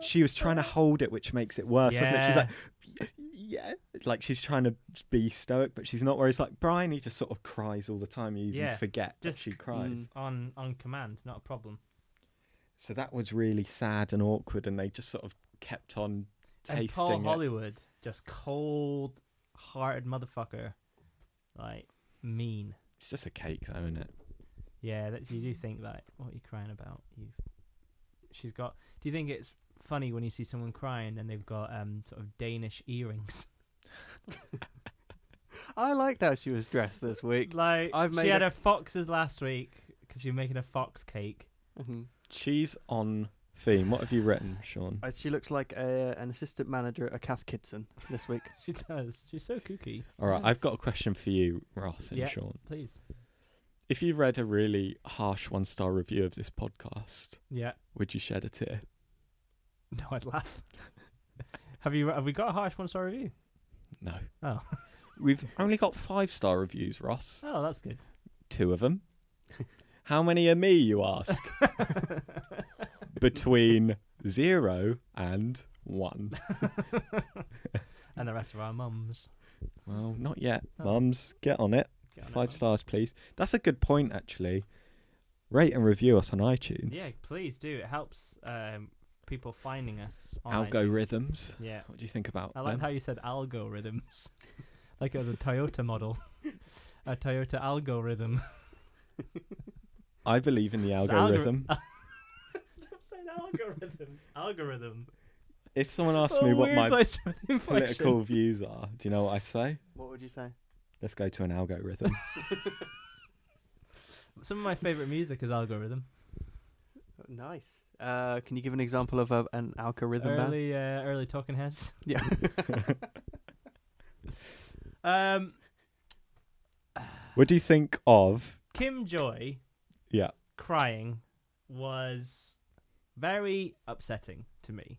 B: she was trying to hold it, which makes it worse, doesn't it? She's like, yeah, like she's trying to be stoic, but she's not. Whereas like Brian, he just sort of cries all the time. You even
A: Yeah,
B: forget
A: just-
B: that she cries.
C: Mm.
A: on on command, not a problem.
B: So that was really sad and awkward, and they just sort of kept on tasting
A: and Paul
B: it.
A: Hollywood, just cold-hearted motherfucker, like mean.
B: It's just a cake, though, isn't it?
A: Yeah, that you do think that. What are you crying about? You, she's got. Do you think it's funny when you see someone crying and they've got um sort of Danish earrings?
C: I liked how she was dressed this week.
A: like
C: I've
A: she
C: made
A: had
C: a-
A: her foxes last week because she was making a fox cake.
C: Mhm.
B: Cheese on theme. What have you written, Sean?
C: Uh, She looks like a, an assistant manager at Kath Kidson this week.
A: She does. She's so kooky.
B: All right, I've got a question for you, Ross and
A: Yeah.
B: Sean.
A: Please.
B: If you read a really harsh one star review of this podcast,
A: Yeah.
B: would you shed a tear?
A: No, I'd laugh. have you? Have we got a harsh one-star review?
B: No.
A: Oh.
B: We've only got five star reviews, Ross.
A: Oh, that's good.
B: Two of them. How many are me, you ask? Between zero and one.
A: and the rest of our mums.
B: Well, not yet.
A: Oh.
B: Mums, get on it.
A: Get on it,
B: Five
A: mum.
B: stars, please. That's a good point, actually. Rate and review us on iTunes.
A: Yeah, please do. It helps um, people finding us. On iTunes.
B: Algorithms.
A: Yeah,
B: What do you think about
A: I like
B: them?
A: how you said algorithms, like it was a Toyota model, a Toyota algorithm.
B: I believe in the
A: It's
B: algorithm.
A: Stop saying algorithms. Algorithm.
B: if someone asks
A: Oh,
B: me what my
A: political.
B: political views are, do you know what I say?
C: What would you say?
B: Let's go to an algorithm.
A: Some of my favorite music is algorithm.
C: Nice. Uh, can you give an example of a, an algorithm band?
A: early, uh, early Talking Heads.
C: Yeah.
A: Um,
B: what do you think of?
A: Kim Joy
B: Yeah.
A: crying was very upsetting to me.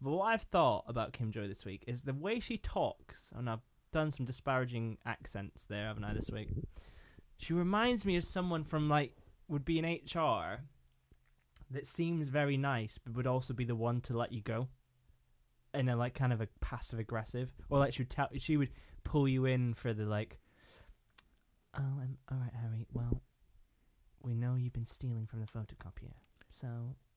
A: But what I've thought about Kim Joy this week is the way she talks, and I've done some disparaging accents there, haven't I, this week? She reminds me of someone from, like, would be in HR that seems very nice, but would also be the one to let you go. In a, like, kind of a passive aggressive. Or, like, she would, tell, she would pull you in for the, like, oh, um, all right, Harry, well, we know you've been stealing from the photocopier. So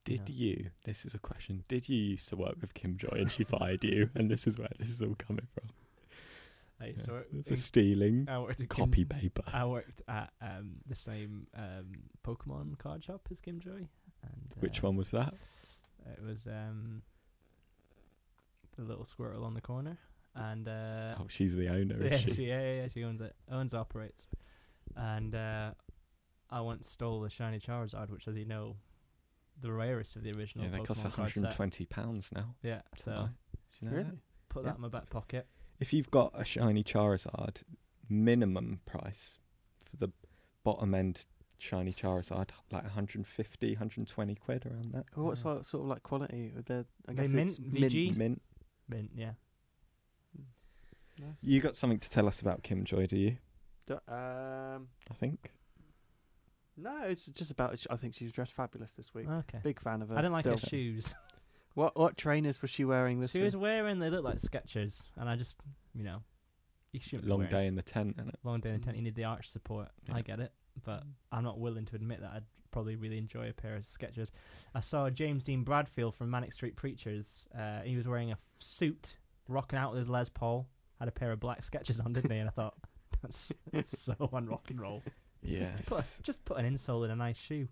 B: Did
A: No.
B: you? This is a question. Did you used to work with Kim Joy and she fired you? And this is where this is all coming from
A: I
B: Yeah.
A: used to work
B: for
A: in-
B: stealing
A: I worked at Kim-
B: copy paper.
A: I worked at um, the same um, Pokemon card shop as Kim Joy. And, uh,
B: Which one was that?
A: It was um, the little squirrel on the corner, and uh,
B: Oh, she's the owner,
A: yeah,
B: is she?
A: yeah, yeah, yeah, she owns it, owns operates, and uh, I once stole the shiny Charizard, which, as you know, the rarest of the original
B: Yeah, they
A: Pokemon
B: cost
A: card set.
B: £120 now.
A: Yeah,
B: to buy.
A: so
B: Do you know
C: Really?
B: that?
A: put
B: Yeah.
A: that in my back pocket.
B: If you've got a shiny Charizard, minimum price for the bottom end shiny Charizard, like 150, 120 quid around that.
C: what
A: Yeah.
C: sort, sort of like quality? Are They, I
A: They
C: guess
A: mint-
C: it's
A: VG?
C: mint.
B: Mint.
A: Mint, yeah.
C: Nice.
B: You got something to tell us about Kim Joy, do you?
C: Do- um,
B: I think.
C: no, it's just about. I think she's dressed fabulous this week.
A: Oh, Okay.
C: Big fan of her.
A: I didn't like her
C: still.
A: shoes.
C: What what trainers was she wearing this
A: she
C: week?
A: was wearing they look like Skechers, and I just you know you shouldn't be
B: Long
A: wearing
B: day
A: s-
B: in the tent, innit?
A: long day in the tent.
C: Mm.
A: You need the arch support.
B: Yeah. Mm.
A: I get it, but I'm not willing to admit that I'd probably really enjoy a pair of Skechers. I saw James Dean Bradfield from Manic Street Preachers. Uh, he was wearing a f- suit, rocking out with his Les Paul. Had a pair of black Skechers on, didn't he? And I thought that's, that's so on rock and roll.
B: Yes.
A: Put a- just put an insole in a nice shoe.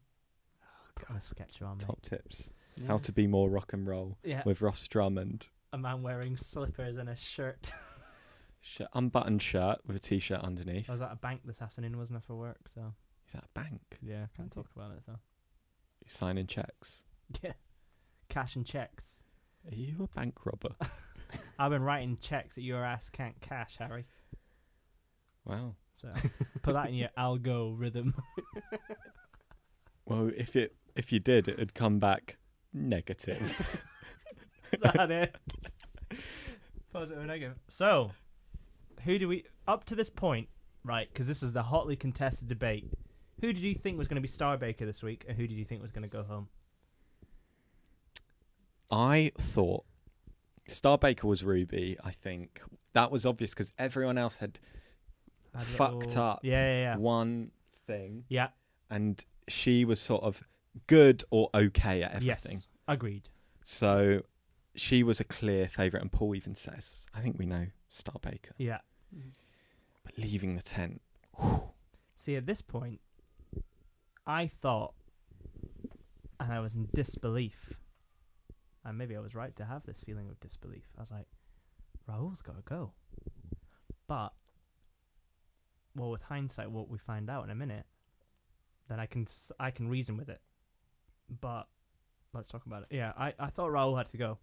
A: Put a Skecher on, mate.
B: Top tips.
C: Yeah.
B: How to be more rock and roll
A: Yeah,
B: with Ross Drummond.
A: a man wearing slippers and a shirt.
B: Sh- unbuttoned shirt with a t-shirt underneath.
A: I was at a bank this afternoon, wasn't I, for work? So
B: Is that a bank?
A: Yeah, can't talk about it though.
B: You signing checks.
A: Yeah, cash and checks.
B: Are you a bank robber?
A: I've been writing checks that your ass can't cash, Harry.
B: wow.
A: So put that in your algo rhythm.
B: Well, if it if you did, it would come back negative.
A: Is that it? Positive and negative. So, who do we up to this point? Right, because this is the hotly contested debate. Who did you think was going to be Star Baker this week, and who did you think was going to go home?
B: I thought Star Baker was Ruby. I think that was obvious because everyone else had
A: Had a
B: Fucked
A: little-
B: up.
A: Yeah, yeah, yeah.
B: one thing.
A: Yeah.
B: And she was sort of good or okay at everything.
A: Yes, agreed.
B: So she was a clear favourite, and Paul even says, "I think we know Star Baker."
A: Yeah.
B: But leaving the tent,
A: See, at this point, I thought, and I was in disbelief, and maybe I was right to have this feeling of disbelief. I was like, Raul's got to go. But, well, with hindsight, what we find out in a minute, then I can s- I can reason with it. But let's talk about it. Yeah, I, I thought Raul had to go.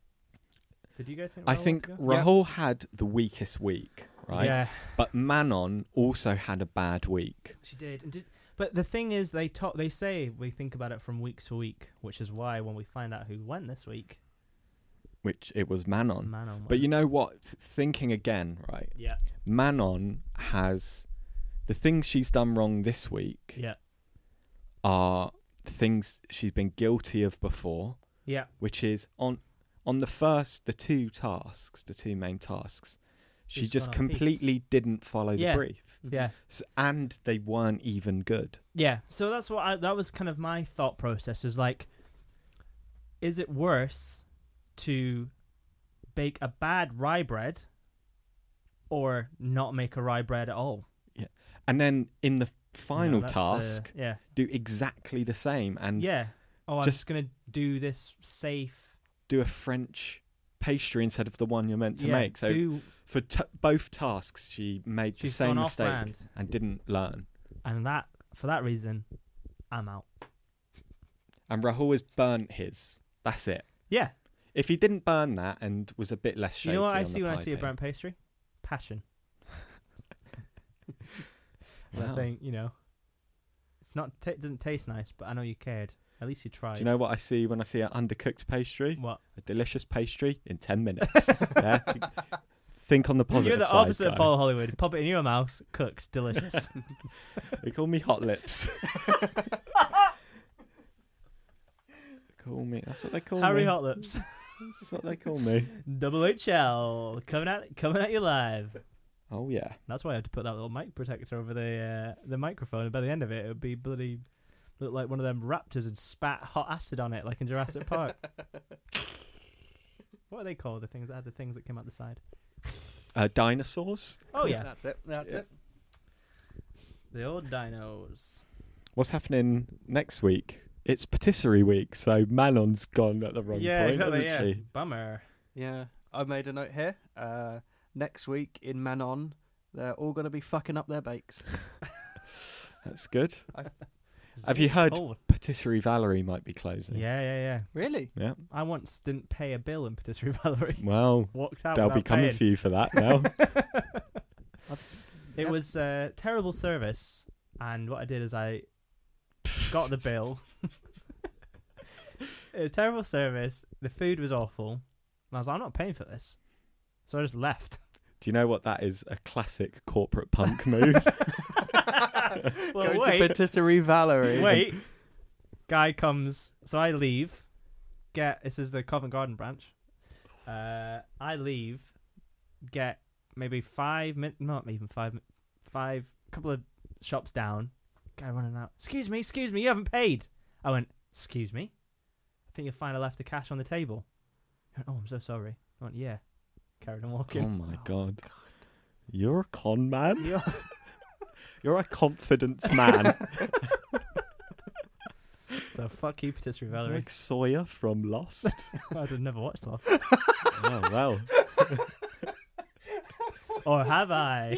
A: Did you guys think? Raul
B: I
A: had
B: think
A: to go?
B: Rahul had the weakest week, right?
A: Yeah,
B: But Manon also had a bad week.
A: She did, and did. But the thing is, they talk. They say we think about it from week to week, which is why when we find out who went this week,
B: which it was Manon.
A: Manon. Went.
B: But you know what? Th- Thinking again, right?
A: yeah,
B: Manon has the things she's done wrong this week
A: yeah,
B: are things she's been guilty of before,
A: yeah,
B: which is on on the first the two tasks, the two main tasks, she
A: She's
B: just
A: gone off piste.
B: completely didn't follow
A: Yeah.
B: the brief,
A: yeah,
B: S and they weren't even good.
A: yeah. So that's what I. That was kind of my thought process. Is like, is it worse to bake a bad rye bread, or not make a rye bread at all?
B: And then in the
A: You know,
B: final
A: that's the-
B: task,
A: yeah,
B: do exactly the same and
A: yeah. Oh, I'm
B: just-
A: just gonna do this safe.
B: do a French pastry instead of the one you're meant to
A: yeah,
B: make. So
A: do
B: for t- both tasks she made
A: She's
B: the same
A: gone off
B: mistake
A: brand.
B: and didn't learn
A: and that for that reason, I'm out.
B: and rahul has burnt his that's it
A: Yeah,
B: if he didn't burn that and was a bit less shaky
A: you know what I
B: on the
A: see when I
B: pie
A: see a
B: day-
A: brown pastry? Passion. And
B: Wow.
A: I think you know, it's not t- doesn't taste nice, but I know you cared. At least you tried.
B: do you know what i see when i see an undercooked pastry
A: what?
B: a delicious pastry in 10 minutes yeah? think on the positive
A: You're the
B: side,
A: opposite
B: guys.
A: of Paul Hollywood. Pop it in your mouth, cooked, delicious.
B: they call me hot lips They Call me. That's what they call
A: Harry
B: me.
A: Hot Lips,
B: That's what they call me.
A: Double HL, coming at coming at you live.
B: Oh yeah.
A: That's why I had to put that little mic protector over the uh, the microphone. And by the end of it, it would be bloody look like one of them raptors had spat hot acid on it, like in Jurassic Park. what are they called? The things that had the things that came out the side.
B: Uh, dinosaurs.
A: Oh yeah,
C: That's it. That's
B: Yeah.
C: it.
A: the old dinos.
B: What's happening next week? It's patisserie week, so Manon's gone at the wrong point, hasn't she?
A: Bummer.
C: Yeah. I made a note here. Uh, next week in Manon, they're all going to be fucking up their bakes.
B: That's good. Have you heard-
A: Cold.
B: Patisserie Valerie might be closing.
A: Oh, Yeah, yeah, yeah.
C: Really?
B: Yeah.
A: I once didn't pay a bill in Patisserie Valerie.
B: Well,
A: Walked out.
B: they'll be
A: without
B: coming
A: paying.
B: for you for that now.
A: It
C: Yep.
A: was uh, terrible service, and what I did is I got the bill. it was terrible service. The food was awful. And I was like, I'm not paying for this, so I just left.
B: Do you know what that is? A classic corporate punk move.
A: well,
C: Go
A: wait,
C: to Patisserie Valerie.
A: wait. Guy comes, so I leave. Get this is the Covent Garden branch. Uh, I leave. Get maybe five minutes, not even five, mi- five couple of shops down. Guy running out. Excuse me, excuse me, you haven't paid. I went. Excuse me. I think you'll find I left the cash on the table. He went, oh, I'm so sorry. I went, yeah. Carried on
B: oh
A: walking.
B: my god. You're a con man.
A: Yeah.
B: You're a confidence man.
A: so fuck you, Patisserie Valerie.
B: like Sawyer from Lost.
A: I'd have never watched Lost.
B: oh well.
A: or have I?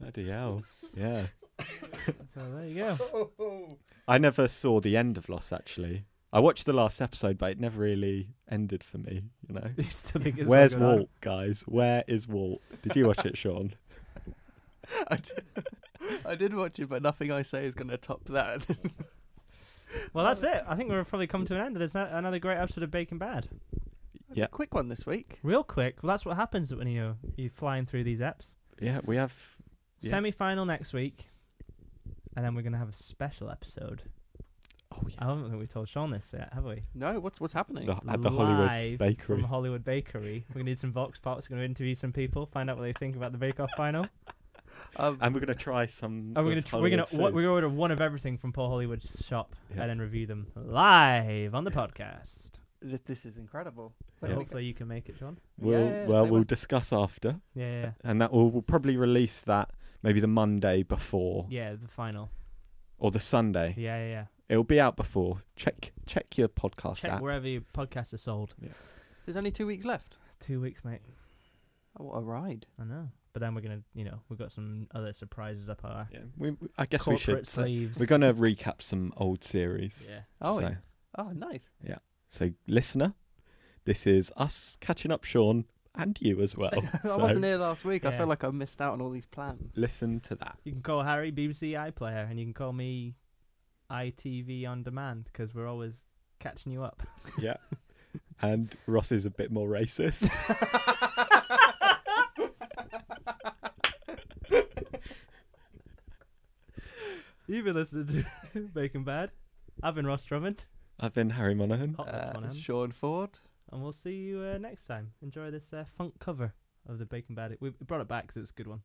B: Bloody hell. Yeah.
A: so there you go.
B: I never saw the end of Lost actually. I watched the last episode, but it never really ended for me, you know.
A: You still think it's
B: Where's
A: not good, huh?
B: Walt, guys? Where is Walt? Did you watch it, Sean?
C: I did, I did watch it, but nothing I say is going to top that.
A: Well, that's it. I think we've probably come to an end. There's no- another great episode of Bacon Bad.
C: That's
B: Yeah.
C: a quick one this week.
A: Real quick. Well, that's what happens when you you flying through these eps.
B: Yeah, we have Yeah.
A: Semi final next week, and then we're gonna have a special episode.
B: oh, yeah.
A: I don't think we told Sean this yet, have we?
C: No, what's what's happening?
B: the, at the Hollywood
A: Live
B: Bakery.
A: From Hollywood Bakery, we're gonna do some vox pops. We're gonna interview some people, find out what they think about the Bake Off final.
C: Um,
B: and we're gonna try some.
A: And we're gonna
B: of
A: tr- we're gonna
B: Hollywood's
A: what,
B: food.
A: we're gonna order one of everything from Paul Hollywood's shop
B: Yeah.
A: and then review them live on the podcast.
C: this, this is incredible.
A: So
B: Yeah.
A: hopefully you can make it, John.
B: We'll,
C: Yeah, yeah,
B: well,
C: say
B: we'll
C: what-
B: discuss after,
A: Yeah, yeah, yeah.
B: and that will we'll probably release that maybe the Monday before
A: Yeah, the final.
B: or the Sunday.
A: Yeah, yeah, yeah.
B: It'll be out before. Check check your podcast
A: Check
B: app.
A: wherever your podcasts are sold.
C: There's only two weeks left.
A: Two weeks, mate.
C: Oh, what a ride!
A: I know. But then we're gonna, you know, we've got some other surprises up our
B: Yeah, we, we- I guess we
A: corporate
B: should. say-
A: sleeves.
B: we're gonna recap some old series.
A: yeah.
C: Oh,
B: so,
C: yeah. oh, nice.
B: so listener, this is us catching up, Sean, and you as well.
C: I
B: So
C: wasn't here last week. I
A: Yeah.
C: feel like I missed out on all these plans.
B: Listen to that.
A: You can call Harry BBC iPlayer, and you can call me ITV on demand because we're always catching you up.
B: Yeah. And Ross is a bit more racist.
A: You've been listening to Bacon Bad. I've been Ross Drummond.
B: I've been Harry Monaghan.
A: Hot Lips
C: Uh,
A: on hand.
C: Sean Ford.
A: and we'll see you uh, next time. Enjoy this uh, funk cover of the Bacon Bad. We brought it back because it was a good one.